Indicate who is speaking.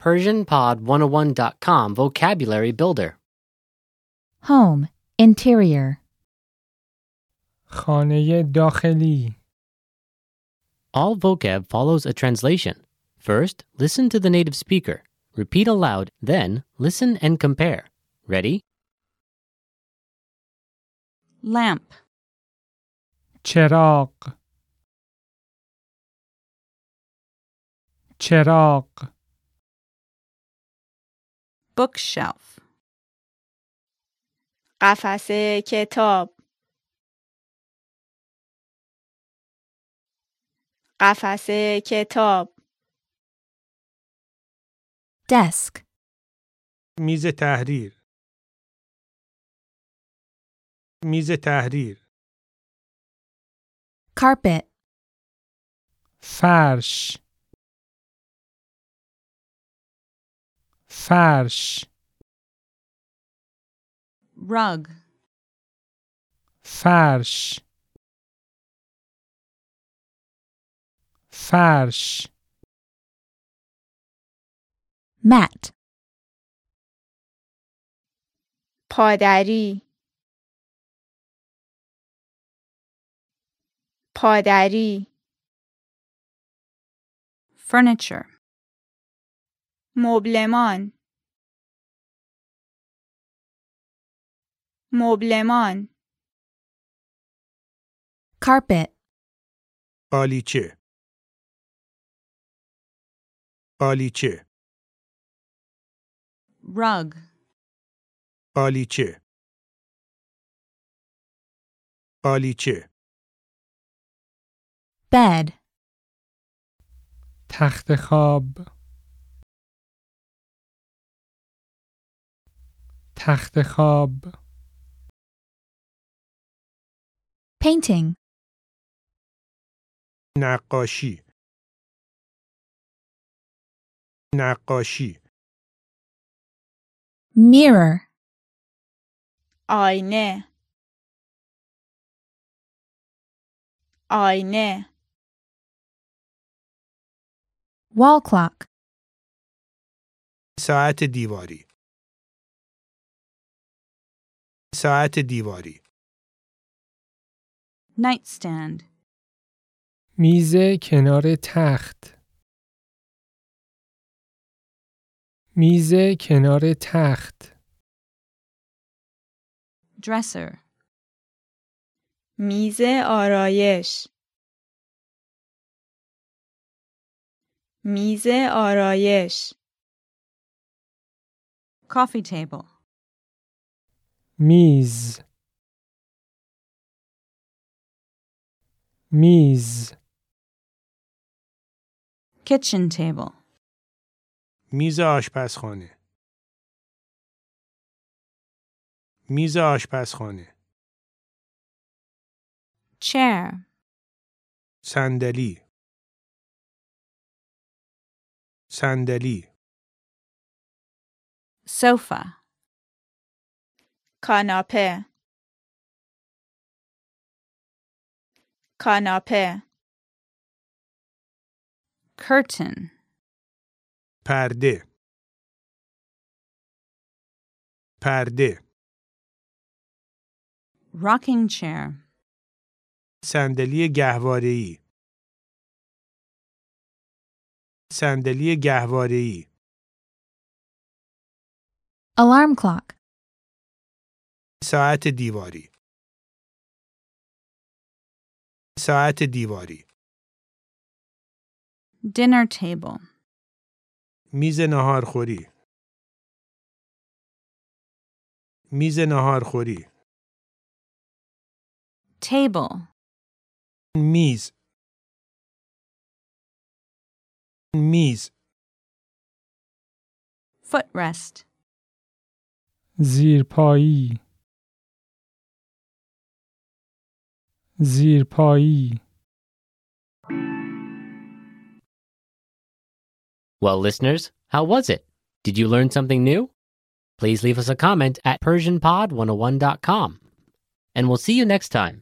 Speaker 1: PersianPod101.com Vocabulary Builder.
Speaker 2: Home, interior,
Speaker 3: خانه داخلی
Speaker 1: All vocab follows a translation. First, listen to the native speaker. Repeat aloud, then, listen and compare. Ready?
Speaker 4: lamp,
Speaker 3: چراغ چراغ
Speaker 4: bookshelf,
Speaker 5: قفسه کتاب قفسه کتاب
Speaker 2: desk,
Speaker 6: میز تحریر میز تحریر
Speaker 2: carpet,
Speaker 3: فرش فرش
Speaker 4: rug,
Speaker 3: فرش فرش
Speaker 2: mat,
Speaker 5: پادری پادری
Speaker 4: furniture,
Speaker 5: مبلمان مبلمان
Speaker 2: carpet,
Speaker 6: قالیچه قالیچه
Speaker 4: rug,
Speaker 6: قالیچه قالیچه
Speaker 2: bed,
Speaker 3: تخت خواب تخت خواب
Speaker 2: painting,
Speaker 6: نقاشی نقاشی
Speaker 2: mirror,
Speaker 5: آینه آینه
Speaker 2: wall clock,
Speaker 6: ساعت دیواری ساعت دیواری
Speaker 4: nightstand,
Speaker 3: میز کنار تخت میز کنار تخت
Speaker 4: dresser,
Speaker 5: میز آرایش میز آرایش
Speaker 4: coffee table,
Speaker 3: میز میز
Speaker 4: kitchen table,
Speaker 6: میز آشپزخانه میز آشپزخانه
Speaker 4: chair,
Speaker 6: صندلی صندلی
Speaker 4: sofa,
Speaker 5: کاناپه کاناپه
Speaker 4: curtain,
Speaker 6: پرده پرده
Speaker 4: rocking chair,
Speaker 6: صندلی گهواره‌ای صندلی گهواره‌ای
Speaker 2: alarm clock,
Speaker 6: ساعت دیواری ساعت دیواری
Speaker 4: dinner table,
Speaker 6: میز ناهارخوری میز ناهارخوری
Speaker 4: table,
Speaker 6: میز میز
Speaker 4: footrest,
Speaker 3: زیرپایی زیرپایی
Speaker 1: Well, listeners, how was it? Did you learn something new? oh Please leave us a comment at PersianPod101.com. And we'll see you next time.